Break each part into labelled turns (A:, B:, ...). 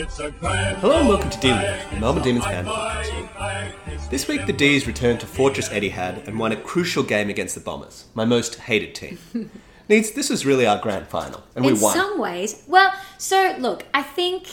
A: Hello and welcome to Daily, the Melbourne Demons fan podcast. This week, the D's returned to Fortress Etihad and won a crucial game against the Bombers, my most hated team. Needs, this was really our grand final, and we
B: in
A: won.
B: some ways. Well, so look, I think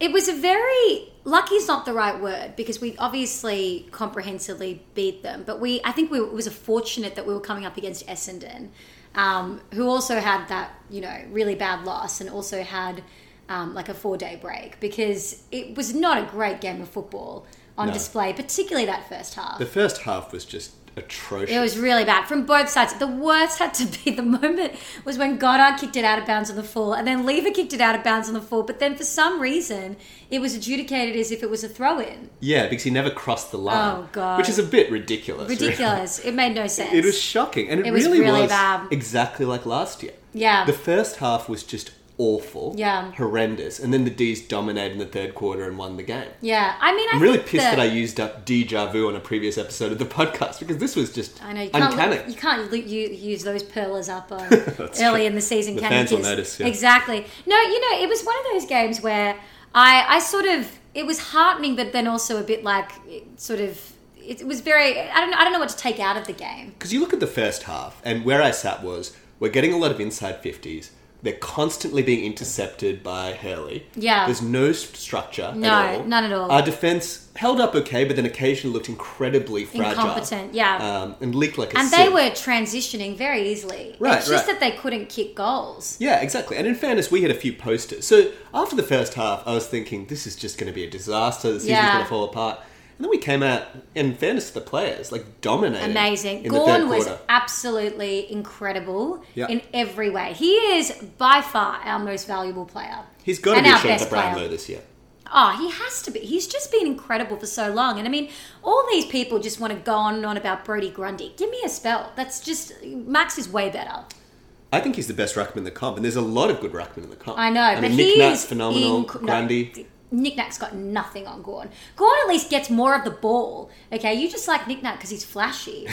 B: it was a very lucky is not the right word because we obviously comprehensively beat them, but we I think we it was a fortunate that we were coming up against Essendon, um, who also had that you know really bad loss and also had um, like a four day break because it was not a great game of football on
A: No.
B: display, particularly that first half.
A: the first half was just atrocious.
B: It was really bad from both sides. The worst had to be the moment was when Goddard kicked it out of bounds on the full, and then Lever kicked it out of bounds on the full. But then for some reason, it was adjudicated as if it was a throw in.
A: yeah, because he never crossed the line.
B: Oh, God.
A: Which is a bit ridiculous. really.
B: Ridiculous. It made no sense.
A: It was shocking, and it,
B: It was
A: really,
B: really
A: was
B: bad.
A: exactly like last year.
B: Yeah.
A: The first half was just awful,
B: Yeah.
A: horrendous, and then the D's dominated in the third quarter and won the game.
B: yeah. I mean, I
A: I'm really
B: think
A: pissed that I used up deja vu on a previous episode of the podcast because this was just
B: I know you can't
A: uncanny.
B: you can't lo- you, use those pearlers up on
A: That's
B: early
A: true.
B: in the season.
A: The
B: can
A: fans
B: you?
A: will
B: Because-
A: notice, yeah.
B: Exactly. No, you know, it was one of those games where I I sort of it was heartening, but then also a bit like it sort of it was very I don't know, I don't know what to take out of the game.
A: Because you look at the first half, and where I sat was we're getting a lot of inside 50s. They're constantly being intercepted by Hurley.
B: Yeah.
A: There's no st- structure.
B: No,
A: at all.
B: none at all.
A: Our defense held up okay, but then occasionally looked incredibly fragile.
B: Incompetent, yeah.
A: Um, and leaked like a
B: and they
A: sieve.
B: were transitioning very easily.
A: Right,
B: it's just
A: right.
B: that they couldn't kick goals.
A: Yeah, exactly. And in fairness, we had a few posters. So after the first half, I was thinking this is just going to be a disaster. The season's
B: Yeah.
A: going to fall apart. And then we came out, in fairness to the players, like dominated.
B: Amazing.
A: In the third
B: Gorn was
A: quarter.
B: absolutely incredible
A: Yeah.
B: in every way. He is by far our most valuable player.
A: He's got to
B: and
A: be
B: our
A: shown to
B: best
A: Brownlow
B: player.
A: this year.
B: Oh, he has to be. He's just been incredible for so long. And I mean, all these people just want to go on and on about Brody Grundy. Give me a spell. That's just Max is way better.
A: I think he's the best ruckman in the comp, and there's a lot of good ruckmen in the comp.
B: I know,
A: I
B: but
A: mean, Nick
B: he
A: Nat's
B: is
A: phenomenal.
B: inc- no,
A: Grundy.
B: d- Nick Nat's got nothing on Gorn. Gorn at least gets more of the ball. Okay, you just like Nick Nat because he's flashy,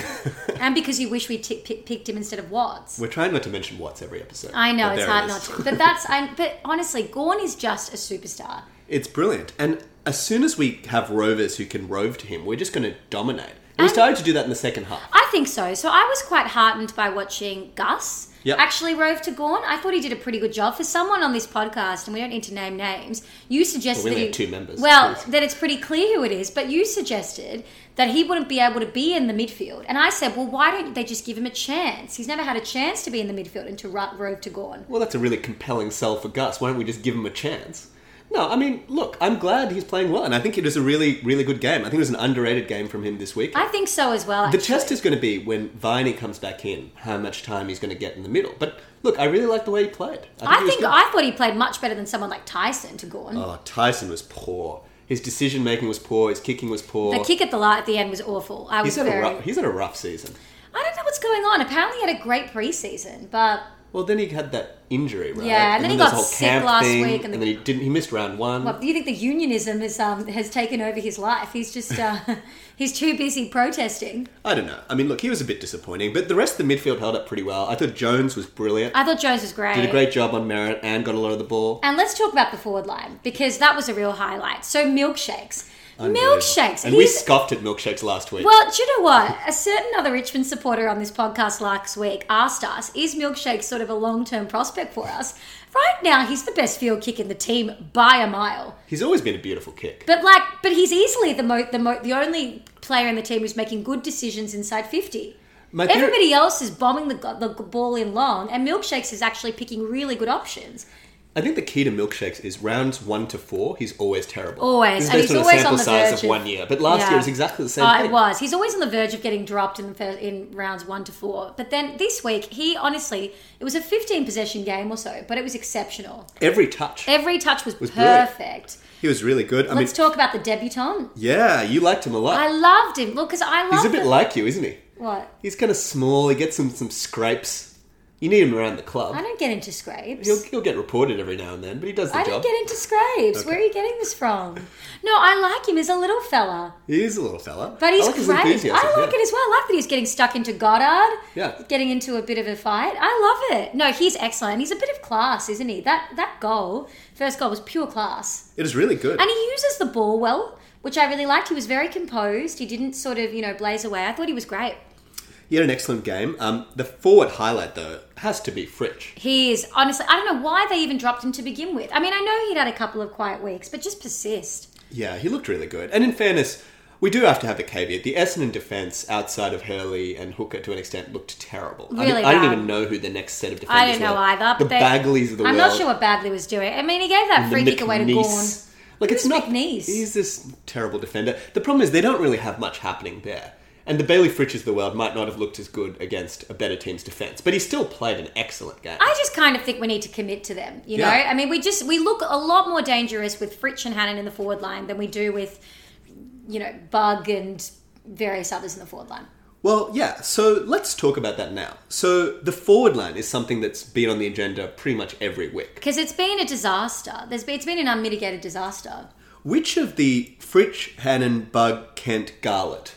B: and because you wish we t- pick picked him instead of Watts.
A: We're trying not to mention Watts every episode.
B: I know
A: but
B: it's
A: there
B: hard
A: it
B: not
A: is.
B: to, but that's. I, but honestly, Gorn is just a superstar.
A: It's brilliant. And as soon as we have rovers who can rove to him, we're just going to dominate. And we
B: And-
A: started to do that in the second half.
B: I think so. So I was quite heartened by watching Gus
A: Yep.
B: actually rove to Gorn. I thought he did a pretty good job for someone on this podcast, and we don't need to name names. You suggested
A: Well, we only
B: that he-
A: have two members,
B: Well,
A: please.
B: then it's pretty clear who it is. But you suggested that he wouldn't be able to be in the midfield, and I said, well, why don't they just give him a chance? He's never had a chance to be in the midfield and to ro- rove to Gorn.
A: Well, that's a really compelling sell for Gus. Why don't we just give him a chance? No, I mean, look, I'm glad he's playing well, and I think it is a really, really good game. I think it was an underrated game from him this week.
B: I think so as well.
A: the
B: actually.
A: test is going to be when Viney comes back in, how much time he's going to get in the middle. But look, I really like the way he played.
B: I
A: he was
B: think
A: good.
B: I thought he played much better than someone like Tyson to Gorn.
A: Oh, Tyson was poor. His decision making was poor. His kicking was poor.
B: the kick at the light at the end was awful. I
A: he's
B: was
A: had
B: very.
A: a rough, he's had a rough season.
B: I don't know what's going on. Apparently, he had a great preseason, but
A: Well, then he had that injury, right?
B: Yeah, and then he
A: there's the
B: got
A: whole
B: sick
A: camp
B: last
A: thing,
B: week,
A: and,
B: and the-
A: then he didn't. He missed round one.
B: well, do you think the unionism is, um, has taken over his life? He's just uh, he's too busy protesting.
A: I don't know. I mean, look, he was a bit disappointing, but the rest of the midfield held up pretty well. I thought Jones was brilliant.
B: I thought Jones was great.
A: Did a great job on merit and got a lot of the ball.
B: And let's talk about the forward line because that was a real highlight. So milkshakes,
A: Unbelievable.
B: milkshakes.
A: And we
B: He's-
A: scoffed at milkshakes last week.
B: Well, do you know what? A certain other Richmond supporter on this podcast last week asked us, is Milkshake sort of a long term prospect for us? Right now, he's the best field kick in the team by a mile.
A: He's always been a beautiful kick.
B: But like, but he's easily the mo- the mo- the only player in the team who's making good decisions inside fifty.
A: My theory-
B: Everybody else is bombing the, go- the g- ball in long, and Milkshakes is actually picking really good options.
A: I think the key to milkshakes is rounds one to four. He's always terrible.
B: Always.
A: This is
B: And
A: based
B: he's
A: on a
B: always
A: sample
B: on the
A: size
B: verge
A: of
B: of-
A: one year, but last year
B: Yeah.
A: it was exactly the same
B: Uh,
A: thing.
B: it was. He's always on the verge of getting dropped in the fir- in rounds one to four. But then this week, he honestly, it was a fifteen possession game or so, but it was exceptional.
A: Every touch.
B: Every touch was,
A: brilliant.
B: perfect.
A: He was really good. I mean,
B: Eh, Let's talk about the debutant.
A: yeah, you liked him a lot.
B: I loved him. Look, because I love
A: He's a bit
B: him.
A: like you, isn't he?
B: what.
A: He's kind of small. He gets some some scrapes. You need him around the club.
B: I don't get into scrapes.
A: He'll, he'll get reported every now and then, but he does the
B: I
A: job.
B: don't get into scrapes. Where are you getting this from? No, I like him. He's a little fella,
A: He is a little fella.
B: but he's
A: I like his
B: great.
A: enthusiasm,
B: I like
A: yeah.
B: it as well. I like that he's getting stuck into Goddard.
A: Yeah.
B: Getting into a bit of a fight. I love it. No, he's excellent. He's a bit of class, isn't he? That that goal, first goal, was pure class,
A: It is really good.
B: and he uses the ball well, which I really liked. He was very composed. He didn't sort of you know blaze away. I thought he was great.
A: He had an excellent game. Um, the forward highlight, though, has to be Fritsch.
B: He is honestly. I don't know why they even dropped him to begin with. I mean, I know he'd had a couple of quiet weeks, but just persist.
A: Yeah, he looked really good. And in fairness, we do have to have a caveat. The Essendon defence, outside of Hurley and Hooker to an extent, looked terrible. I,
B: Really
A: didn't- I didn't
B: bad.
A: even know who the next set of defenders
B: I don't know
A: were.
B: either.
A: The
B: but they-
A: Bagleys of the
B: I'm
A: world.
B: not sure what Bagley was doing. I mean, he gave that
A: the
B: free kick away to Gorn.
A: McNeese. Like it's
B: Who's
A: not
B: McNeese?
A: He's this terrible defender. The problem is they don't really have much happening there. And the Bailey Fritches of the world might not have looked as good against a better team's defence, but he still played an excellent game.
B: I just kind of think we need to commit to them. You
A: Yeah.
B: know, I mean, we just we look a lot more dangerous with Fritsch and Hannon in the forward line than we do with, you know, Bug and various others in the forward line.
A: Well, yeah, so let's talk about that now. So, the forward line is something that's been on the agenda pretty much every week.
B: Because it's been a disaster. There's been, it's been an unmitigated disaster
A: Which of the Fritsch, Hannon, Bug, Kent, Garlett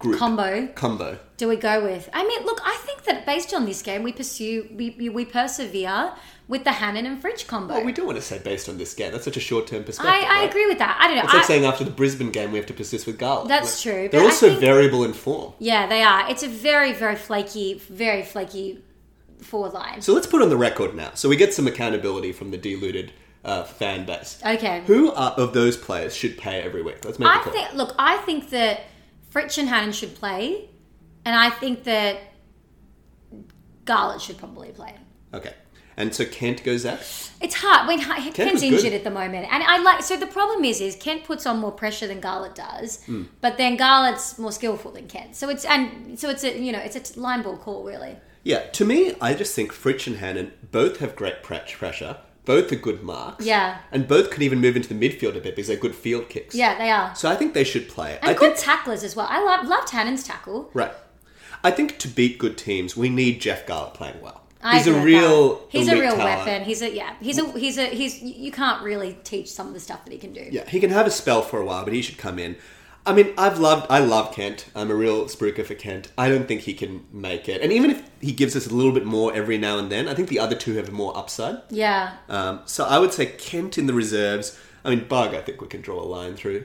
A: group
B: combo.
A: combo?
B: do we go with? I mean, look, I think that based on this game, we pursue, we, we- we persevere with the Hannon and Fritsch combo.
A: Well, Oh, we don't want to say based on this game. That's such a short term perspective.
B: I, I
A: right?
B: agree with that. I don't know.
A: It's like
B: I-
A: saying after the Brisbane game, we have to persist with Garlett.
B: That's true,
A: They're
B: but I
A: also
B: think-
A: variable in form.
B: Yeah, they are. It's a very, very flaky, very flaky forward line.
A: So, let's put on the record now. So, we get some accountability from the deluded uh, fan base.
B: okay.
A: Who are, of those players should pay every week? Let's make a
B: I
A: call.
B: think. Look, I think that Fritsch and Hannon should play, and I think that Garlett should probably play.
A: Okay. And so Kent goes out.
B: It's hard when Ha-
A: was
B: Kent's
A: good.
B: injured at the moment, and I like. So the problem is, is Kent puts on more pressure than Garlett does,
A: Hmm.
B: but then Garlett's more skillful than Kent. So it's and so it's a you know it's a t- line ball call really.
A: Yeah, to me, I just think Fritsch and Hannon both have great pre- pressure, both are good marks.
B: Yeah.
A: And both can even move into the midfield a bit because they're good field kicks.
B: Yeah, they are.
A: So I think they should play.
B: And
A: I
B: good
A: think
B: tacklers as well. I love loved Hannon's tackle.
A: Right. I think to beat good teams, we need Jeff Garlett playing well.
B: I
A: he's
B: agree
A: a
B: with
A: real
B: that. he's a
A: elite
B: real
A: talent.
B: weapon. He's a yeah. He's a he's a he's you can't really teach some of the stuff that he can do.
A: Yeah, he can have a spell for a while, but he should come in. I mean, I've loved, I love Kent. I'm a real spruiker for Kent. I don't think he can make it. And even if he gives us a little bit more every now and then, I think the other two have more upside.
B: Yeah.
A: Um, so I would say Kent in the reserves. I mean, Bug, I think we can draw a line through.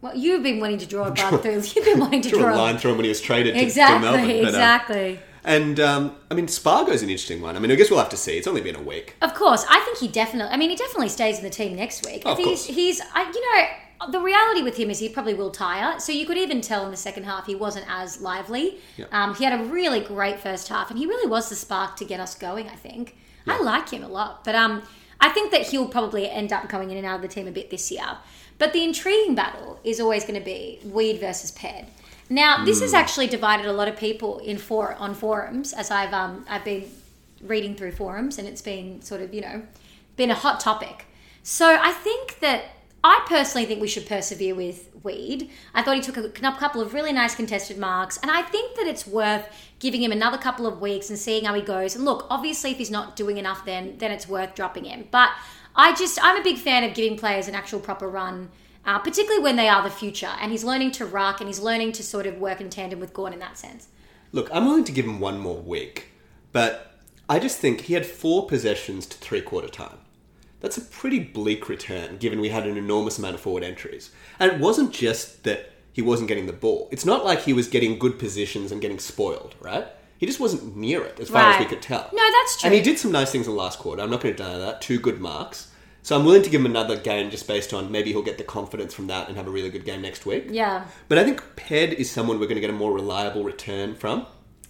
B: Well, you've been wanting to draw a bug through. You've been wanting to
A: Draw, a
B: draw,
A: line through him when he was traded to- to,
B: exactly,
A: Melbourne. but, uh,
B: exactly.
A: and um, I mean, Spargo's an interesting one. I mean, I guess we'll have to see. It's only been a week.
B: Of course, I think he definitely. I mean, he definitely stays in the team next week.
A: Oh, of
B: he's
A: course.
B: he's I, you know the reality with him is he probably will tire. So you could even tell in the second half he wasn't as lively.
A: Yeah.
B: Um, he had a really great first half, and he really was the spark to get us going. I think I like him a lot, but um, I think that he'll probably end up going in and out of the team a bit this year. But the intriguing battle is always going to be Weed versus Ped. Now, this
A: Hmm.
B: has actually divided a lot of people in for on forums, as I've um, I've been reading through forums and it's been sort of, you know, been a hot topic. So I think that I personally think we should persevere with Weed. I thought he took a cou- couple of really nice contested marks, and I think that it's worth giving him another couple of weeks and seeing how he goes. And look, obviously, if he's not doing enough, then then it's worth dropping him. But I just I'm a big fan of giving players an actual proper run. Uh, particularly when they are the future, and he's learning to rock, and he's learning to sort of work in tandem with Gorn in that sense.
A: Look, I'm willing to give him one more week, but I just think he had four possessions to three quarter time. That's a pretty bleak return given we had an enormous amount of forward entries. And it wasn't just that he wasn't getting the ball, it's not like he was getting good positions and getting spoiled, right? He just wasn't near it as far as we
B: Right.
A: could tell.
B: No, that's true.
A: And he did some nice things in the last quarter. I'm not going to deny that. Two good marks. So I'm willing to give him another game just based on maybe he'll get the confidence from that and have a really good game next week.
B: Yeah.
A: But I think PED is someone we're going to get a more reliable return from.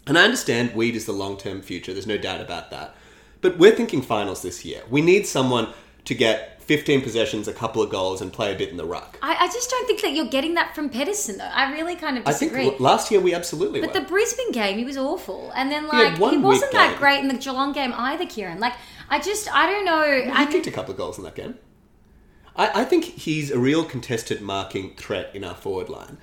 A: And I understand weed is the long term future, there's no doubt about that. But we're thinking finals this year. We need someone to get 15 possessions, a couple of goals, and play a bit in the ruck.
B: I, I just don't think that you're getting that from Pedersen, though. I really kind of
A: I think
B: disagree.
A: l- last year we absolutely
B: but
A: were.
B: the Brisbane game, he was awful, and then
A: had
B: like
A: one
B: he wasn't
A: weak
B: that
A: game.
B: great in the Geelong game either, Kieran. Like I just I don't know.
A: he
B: I
A: kicked a couple of goals in that game. I, I think he's a real contested marking threat in our forward line.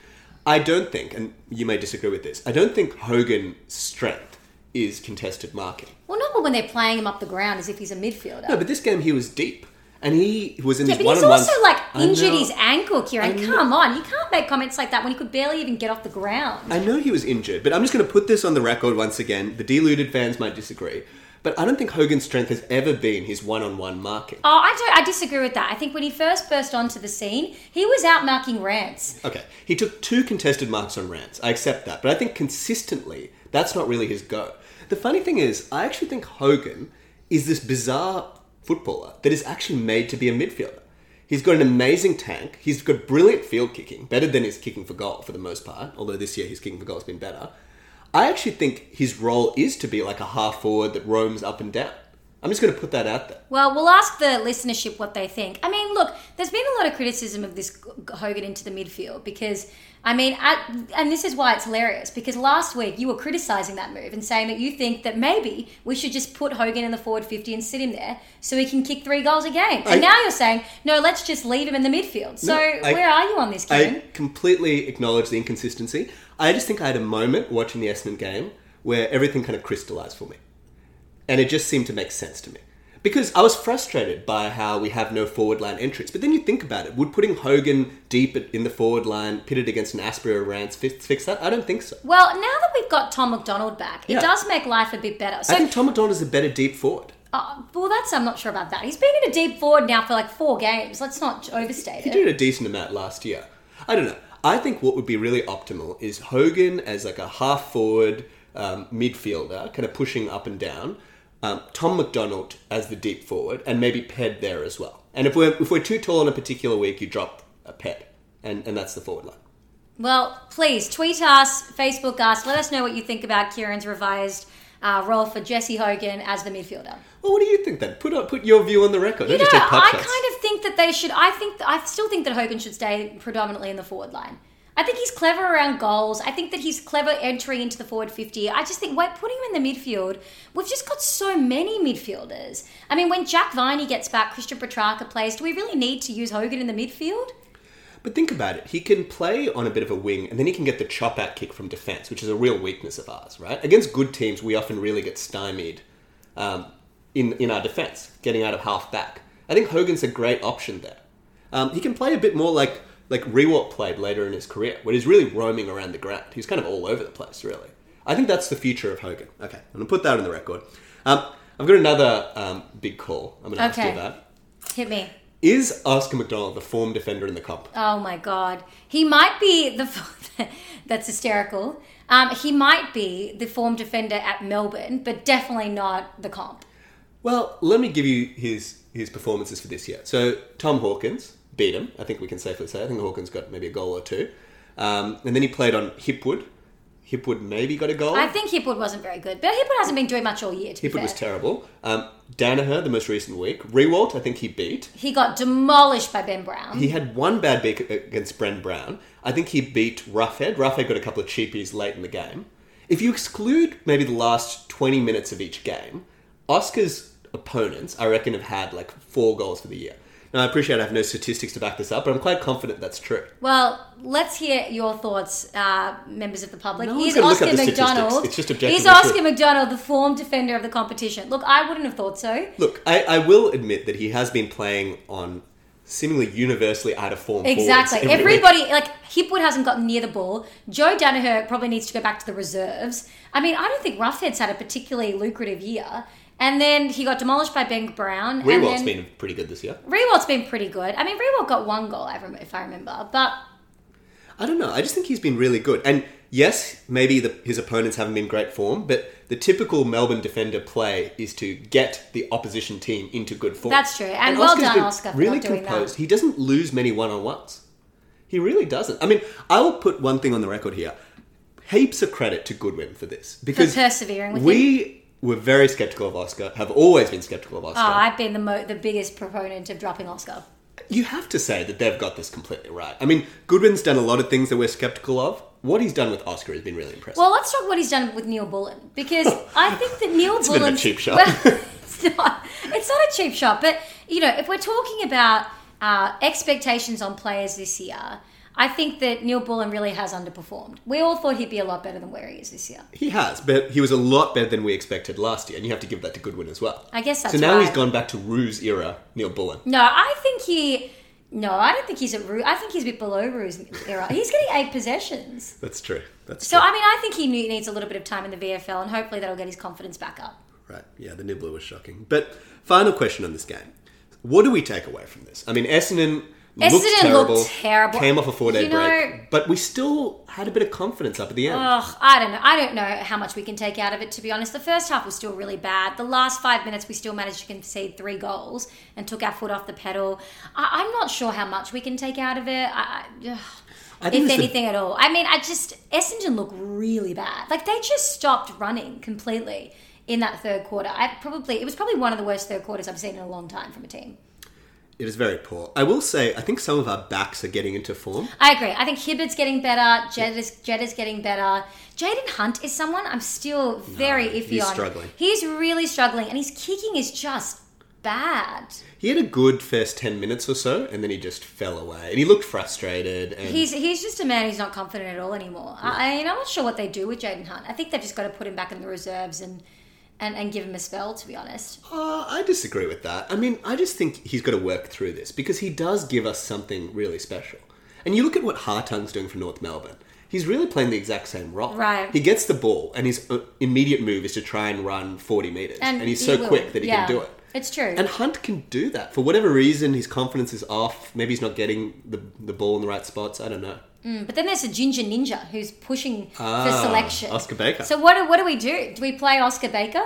A: I don't think, and you may disagree with this, I don't think Hogan's strength is contested marking.
B: well, not Pogba when they're playing him up the ground as if he's a midfielder.
A: No, but this game he was deep, and he was in
B: yeah,
A: his
B: but
A: one
B: he's
A: on one.
B: also like injured his ankle,
A: I
B: Kieran.
A: know.
B: Come on, you can't make comments like that when he could barely even get off the ground.
A: I know he was injured, but I'm just going to put this on the record once again. The deluded fans might disagree, but I don't think Hogan's strength has ever been his one-on-one marking.
B: Oh, I don't. I disagree with that. I think when he first burst onto the scene, he was out marking rants.
A: Okay, he took two contested marks on Rance. I accept that, but I think consistently that's not really his go. The funny thing is, I actually think Hogan is this bizarre footballer that is actually made to be a midfielder. He's got an amazing tank. He's got brilliant field kicking, better than his kicking for goal for the most part. Although this year his kicking for goal has been better. I actually think his role is to be like a half forward that roams up and down. I'm just going to put that out there.
B: Well, we'll ask the listenership what they think. I mean, look, there's been a lot of criticism of this G- Hogan into the midfield because, I mean, I, and this is why it's hilarious because last week you were criticizing that move and saying that you think that maybe we should just put Hogan in the forward 50 and sit him there so he can kick three goals a game.
A: I-
B: and now you're saying, no, let's just leave him in the midfield. So
A: No, I-
B: where are you on this, Kieran?
A: I completely acknowledge the inconsistency. I just think I had a moment watching the Essendon game where everything kind of crystallized for me. And it just seemed to make sense to me. Because I was frustrated by how we have no forward line entries. But then you think about it would putting Hogan deep in the forward line, pitted against an Asprey or Rance, fi- fix that? I don't think so.
B: Well, now that we've got Tom McDonald back,
A: Yeah.
B: it does make life a bit better.
A: I
B: So,
A: think Tom McDonald is a better deep forward.
B: uh, well, that's I'm not sure about that. He's been in a deep forward now for like four games. Let's not overstate
A: He
B: it.
A: did a decent amount last year. I don't know. I think what would be really optimal is Hogan as like a half forward um, midfielder, kind of pushing up and down. Um, Tom McDonald as the deep forward, and maybe Ped there as well. And if we're if we're too tall on a particular week, you drop a Ped, and and that's the forward line.
B: Well, please tweet us, Facebook us, let us know what you think about Kieran's revised uh, role for Jesse Hogan as the midfielder.
A: Well, what do you think then? Put up, put your view on the record.
B: You
A: Don't
B: know,
A: just take pot
B: I
A: shots.
B: kind of think that they should. I think I still think that Hogan should stay predominantly in the forward line. I think he's clever around goals. I think that he's clever entering into the forward 50. I just think, wait, putting him in the midfield, we've just got so many midfielders. I mean, when Jack Viney gets back, Christian Petrarca plays, do we really need to use Hogan in the midfield?
A: But think about it. He can play on a bit of a wing, and then he can get the chop out kick from defence, which is a real weakness of ours, right? Against good teams, we often really get stymied um, in in our defence, getting out of half back. I think Hogan's a great option there. Um, he can play a bit more like like Rewalt played later in his career, when he's really roaming around the ground. He's kind of all over the place, really. I think that's the future of Hogan. Okay, I'm gonna put that on the record. Um, I've got another um, big call. I'm gonna ask
B: Okay.
A: you about.
B: Hit me.
A: Is Oscar McDonald the form defender in the comp?
B: Oh my god, he might be the. that's hysterical. Um, he might be the form defender at Melbourne, but definitely not the comp.
A: Well, let me give you his his performances for this year. So Tom Hawkins beat him. I think we can safely say. I think Hawkins got maybe a goal or two, um, and then he played on Hipwood. Hipwood maybe got a goal.
B: I think Hipwood wasn't very good, but Hipwood hasn't been doing much all year. To be
A: Hipwood
B: fair.
A: was terrible. Um, Danaher the most recent week. Rewalt I think he beat.
B: he got demolished by Ben Brown.
A: He had one bad beat against Bren Brown. I think he beat Roughhead. Roughhead got a couple of cheapies late in the game. If you exclude maybe the last 20 minutes of each game, Oscar's opponents, I reckon, have had like four goals for the year. Now, I appreciate I have no statistics to back this up, but I'm quite confident that's true.
B: well, let's hear your thoughts, uh, members of the public.
A: No one's
B: is
A: gonna look
B: Oscar
A: up the statistics.
B: McDonald?
A: It's just objectively
B: is Oscar
A: true.
B: McDonald the form defender of the competition? Look, I wouldn't have thought so.
A: Look, I, I will admit that he has been playing on seemingly universally out of form. forwards
B: Exactly.
A: every week.
B: Everybody, like, Hipwood hasn't gotten near the ball. Joe Danaher probably needs to go back to the reserves. I mean, I don't think Roughhead's had a particularly lucrative year. And then he got demolished by Ben Brown. and
A: Rewalt's
B: then-
A: been pretty good this year.
B: Rewalt's been pretty good. I mean, Rewalt got one goal, I rem- if I remember. But
A: I don't know. I just think he's been really good. And yes, maybe the, his opponents haven't been great form, but the typical Melbourne defender play is to get the opposition team into good form.
B: That's true. And well done,
A: been
B: Oscar, for
A: really
B: not doing that.
A: composed. He doesn't lose many one on ones. He really doesn't. I mean, I will put one thing on the record here. Heaps of credit to Goodwin for this because
B: persevering with
A: we were very skeptical of Oscar. Have always been skeptical of Oscar.
B: oh, I've been the mo- the biggest proponent of dropping Oscar.
A: You have to say that they've got this completely right. I mean, Goodwin's done a lot of things that we're skeptical of. What he's done with Oscar has been really impressive.
B: Well, let's talk what he's done with Neil Bullen because I think that Neil
A: bit of a
B: Bullen
A: cheap shot.
B: Well, it's not. It's not a cheap shot, but you know, if we're talking about uh, expectations on players this year, I think that Neil Bullen really has underperformed. We all thought he'd be a lot better than where he is this year.
A: He has, but he was a lot better than we expected last year, and you have to give that to Goodwin as well.
B: I guess that's
A: so now
B: right.
A: he's gone back to Ruse era Neil Bullen.
B: No, I think he. No, I don't think he's at Rue. I think he's a bit below Rue's era. He's getting eight possessions.
A: That's true. That's
B: So,
A: true.
B: I mean, I think he ne- needs a little bit of time in the VFL, and hopefully that'll get his confidence back up.
A: Right. Yeah, the nibbler was shocking. But final question on this game: What do we take away from this? I mean, Essendon. looked
B: Essendon
A: terrible,
B: looked terrible.
A: Came off a four-day
B: You know-
A: break, but we still had a bit of confidence up at the end.
B: Ugh, I don't know. I don't know how much we can take out of it, to be honest. The first half was still really bad. The last five minutes, we still managed to concede three goals and took our foot off the pedal. I- I'm not sure how much we can take out of it, I- I- ugh,
A: I think
B: if
A: it's the-
B: anything at all. I mean, I just. Essendon looked really bad. Like, they just stopped running completely in that third quarter. I probably It was probably one of the worst third quarters I've seen in a long time from a team.
A: It is very poor. I will say, I think some of our backs are getting into form.
B: I agree. I think Hibbard's getting better. Jed is, Jed is getting better. Jaden Hunt is someone I'm still very
A: No,
B: iffy
A: he's
B: on.
A: struggling.
B: He's really struggling, and his kicking is just bad.
A: He had a good first ten minutes or so, and then he just fell away, and he looked frustrated. And
B: He's he's just a man who's not confident at all anymore. I, I mean, I'm not sure what they do with Jaden Hunt. I think they've just got to put him back in the reserves and, and, and give him a spell, to be honest.
A: Uh, I disagree with that. I mean, I just think he's got to work through this because he does give us something really special. And you look at what Hartung's doing for North Melbourne. He's really playing the exact same role.
B: Right.
A: He gets the ball, and his uh, immediate move is to try and run 40 metres. And, he's
B: he
A: so
B: will.
A: quick that he
B: Yeah.
A: can do it.
B: It's true.
A: And Hunt can do that. For whatever reason, his confidence is off. Maybe he's not getting the, the ball in the right spots. I don't know.
B: Mm, but then there's a Ginger Ninja who's pushing for
A: Ah,
B: selection.
A: Oscar Baker.
B: So what do, what do we do? Do we play Oscar Baker?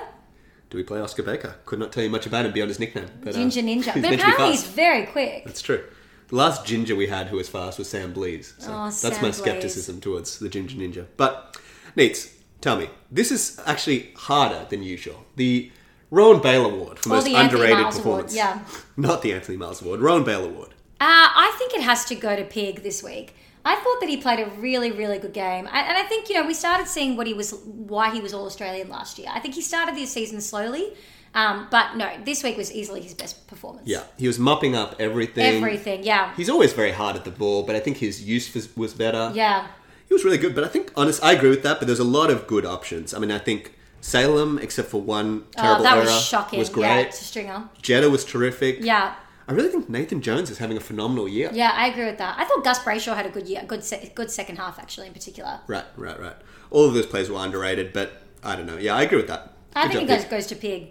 A: Do we play Oscar Baker? Could not tell you much about him beyond his nickname. But, uh,
B: Ginger Ninja.
A: he's
B: But
A: meant to be
B: apparently he's
A: fast.
B: very quick.
A: That's true. The last ginger we had who was fast was Sam Blees. So
B: Oh,
A: that's
B: Sam
A: my
B: Blees.
A: skepticism towards the ginger ninja. But Neats, tell me, this is actually harder than usual. The Rowan Bale Award for
B: Or
A: most
B: the Anthony
A: underrated
B: Miles Award,
A: performance.
B: yeah.
A: Not the Anthony Miles Award, Rowan Bale Award.
B: Uh, I think it has to go to Pig this week. I thought that he played a really, really good game, I, and I think you know we started seeing what he was, why he was All Australian last year. I think he started the season slowly, um, but no, this week was easily his best performance.
A: Yeah. He was mopping up everything.
B: everything. Yeah,
A: He's always very hard at the ball, but I think his use was- was better.
B: yeah.
A: He was really good, but I think honest, I agree with that. But there's a lot of good options. I mean, I think Salem, except for one terrible
B: Oh, that
A: error,
B: was shocking.
A: was
B: Yeah,
A: great.
B: it's a stringer.
A: Jetta was terrific.
B: Yeah,
A: I really think Nathan Jones is having a phenomenal year.
B: yeah. I agree with that. I thought Gus Brayshaw had a good year, good, se- good second half actually in particular.
A: Right, right, right. All of those players were underrated, but I don't know. Yeah, I agree with that.
B: I
A: Good
B: think it
A: job,
B: goes
A: Pete.
B: goes to Pig.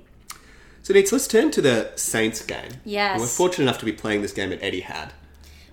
A: So, Neats, let's turn to the Saints game.
B: Yes.
A: And we're fortunate enough to be playing this game at Etihad.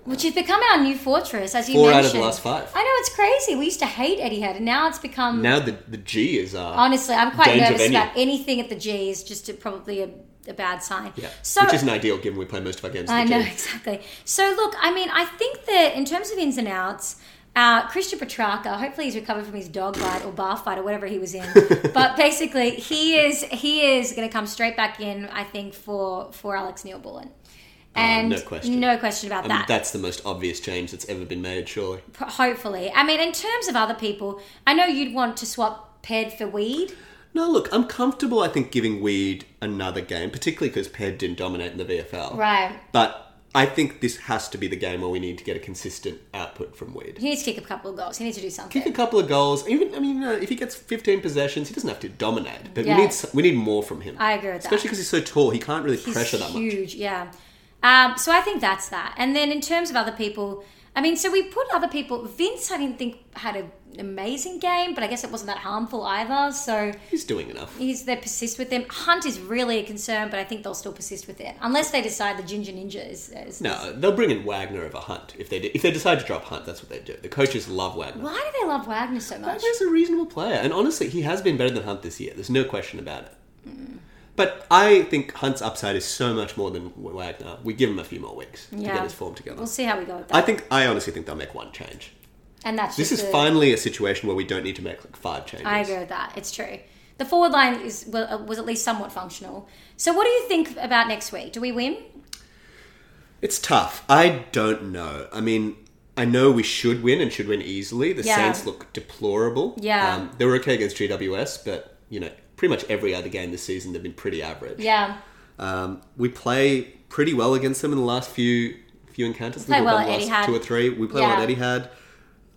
B: Which has become our new fortress, as you
A: Four out
B: mentioned.
A: of the last five.
B: I know it's crazy. We used to hate Eddie Head, and now it's become.
A: Now the, the G is uh,
B: honestly, I'm quite
A: Danger
B: nervous
A: venue.
B: about anything at the G. Is just a, probably a, a bad sign.
A: yeah,
B: So
A: which isn't ideal given we play most of our games.
B: I
A: at the
B: know
A: G.
B: exactly. So look, I mean, I think that in terms of ins and outs, uh, Christian Petrarca, hopefully he's recovered from his dog bite or bar fight or whatever he was in. but basically, he is he is going to come straight back in. I think for for Alex Neil Bullen, and
A: Oh, no question.
B: no question about
A: I mean,
B: that.
A: that's the most obvious change that's ever been made, surely.
B: P- Hopefully, I mean, in terms of other people, I know you'd want to swap Ped for Weed.
A: No, look, I'm comfortable, I think, giving Weed another game, particularly because Ped didn't dominate in the VFL.
B: Right.
A: But I think this has to be the game where we need to get a consistent output from Weed.
B: He needs to kick a couple of goals. He needs to do something.
A: kick a couple of goals. Even I mean, you know, if he gets 15 possessions, he doesn't have to dominate. But
B: Yeah.
A: we need s- we need more from him.
B: I agree with that.
A: Especially because he's so tall, he can't really
B: He's
A: pressure that much.
B: huge, yeah. Um, so I think that's that. And then in terms of other people, I mean, so we put other people. Vince, I didn't think had a- an amazing game, but I guess it wasn't that harmful either. So
A: He's doing enough.
B: he's they persist with them. Hunt is really a concern, but I think they'll still persist with it unless they decide the Ginger Ninja is. is
A: No, they'll bring in Wagner over Hunt if they do, if they decide to drop Hunt. That's what they do. The coaches love Wagner.
B: Why do they love Wagner so much?
A: Wagner's a reasonable player, and honestly, he has been better than Hunt this year. There's no question about it. But I think Hunt's upside is so much more than Wagner. We give him a few more weeks to
B: Yeah.
A: get his form together.
B: We'll see how we go with that.
A: I think I honestly think they'll make one change.
B: and that's
A: This is
B: just a-
A: finally a situation where we don't need to make like five changes.
B: I agree with that. It's true. The forward line is well, uh, was at least somewhat functional. So, what do you think about next week? Do we win?
A: It's tough. I don't know. I mean, I know we should win and should win easily. The
B: Yeah.
A: Saints look deplorable.
B: Yeah.
A: Um, they were okay against GWS, but, you know, pretty much every other game this season they've been pretty average.
B: Yeah.
A: Um, we play pretty well against them in the last few few few encounters.
B: Play
A: I think
B: well
A: we've
B: at
A: won
B: Etihad.
A: last two or three. We play well
B: Yeah.
A: at Etihad,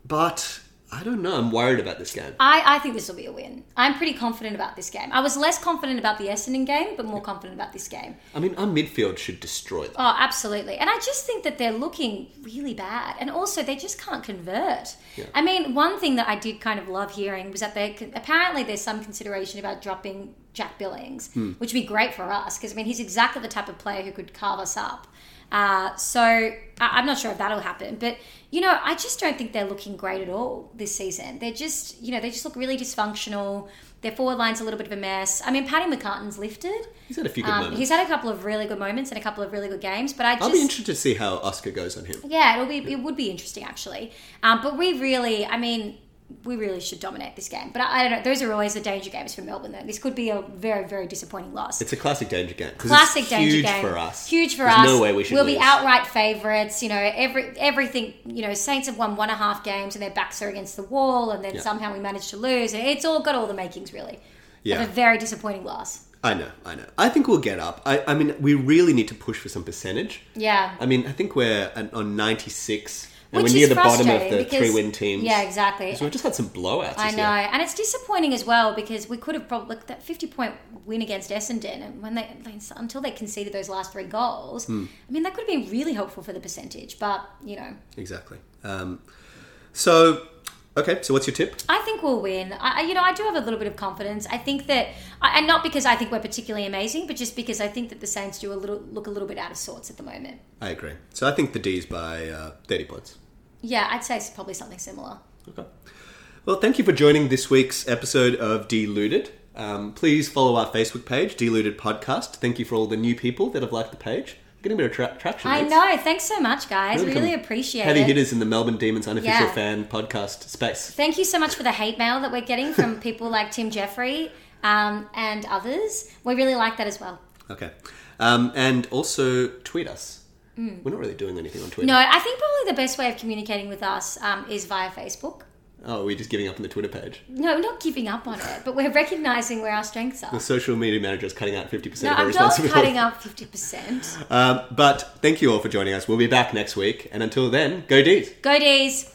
A: but I don't know. I'm worried about this game.
B: I, I think this will be a win. I'm pretty confident about this game. I was less confident about the Essendon game, but more confident about this game.
A: I mean, our midfield should destroy them.
B: Oh, absolutely. And I just think that they're looking really bad. And also, they just can't convert.
A: Yeah.
B: I mean, one thing that I did kind of love hearing was that they apparently there's some consideration about dropping Jack Billings, which would be great for us because, I mean, he's exactly the type of player who could carve us up. Uh, so I- I'm not sure if that'll happen. But, you know, I just don't think they're looking great at all this season. They're just, you know, they just look really dysfunctional. Their forward line's a little bit of a mess. I mean, Paddy McCartan's lifted.
A: He's had a few good
B: Um,
A: moments.
B: he's had a couple of really good moments and a couple of really good games, but I just
A: I'll be interested to see how Oscar goes on him.
B: yeah, it'll be it would be interesting actually. Um, but we really, I mean, we really should dominate this game. But I, I don't know; those are always the danger games for Melbourne. Though this could be a very very disappointing loss.
A: It's a classic danger game. 'cause
B: Classic
A: it's
B: danger
A: huge
B: game.
A: for us.
B: Huge for
A: There's
B: us.
A: No way we should.
B: We'll
A: lose.
B: be outright favourites. You know, every everything. You know, Saints have won one and a half games, and their backs are against the wall, and then
A: Yeah.
B: somehow we manage to lose. And it's all got all the makings really
A: Yeah.
B: of a very disappointing loss.
A: I know, I know. I think we'll get up. I, I mean, we really need to push for some percentage.
B: Yeah.
A: I mean, I think we're at, on 96, and
B: Which
A: we're near
B: is
A: the bottom of
B: frustrating
A: the
B: because-
A: three win teams.
B: Yeah, exactly.
A: So we've just had some blowouts.
B: I
A: this
B: know,
A: year.
B: and it's disappointing as well because we could have probably like, that fifty point win against Essendon, and when they, they until they conceded those last three goals,
A: Hmm.
B: I mean that could have been really helpful for the percentage. But you know,
A: Exactly. Um, so, okay, so what's your tip?
B: I think we'll win. I, I- you know, I do have a little bit of confidence. I think that, I- and not because I think we're particularly amazing, but just because I think that the Saints do a little look a little bit out of sorts at the moment.
A: I agree. So I think the D's by uh, 30 points.
B: Yeah, I'd say it's probably something similar.
A: Okay. Well, thank you for joining this week's episode of Deluded. Um, please follow our Facebook page, Deluded Podcast. Thank you for all the new people that have liked the page. Getting a bit of tra- traction.
B: I
A: mates.
B: know. Thanks so much, guys.
A: Really
B: Really
A: come-
B: appreciate
A: Heavy
B: it.
A: hitters in the Melbourne Demons unofficial
B: Yeah.
A: fan podcast space.
B: Thank you so much for the hate mail that we're getting from people like Tim Jeffrey um, and others. We really like that as well.
A: Okay. Um, and also tweet us. We're not really doing anything on Twitter.
B: Hmm. No, I think probably the best way of communicating with us um, is via Facebook.
A: Oh, we're just giving up on the Twitter page.
B: No, not giving up on it, but we're recognizing where our strengths are.
A: The social media manager is cutting out 50%
B: No,
A: of her
B: I'm not
A: responsibility.
B: cutting up 50%.
A: Um, but thank you all for joining us. We'll be back next week. And until then, go D's.
B: Go D's.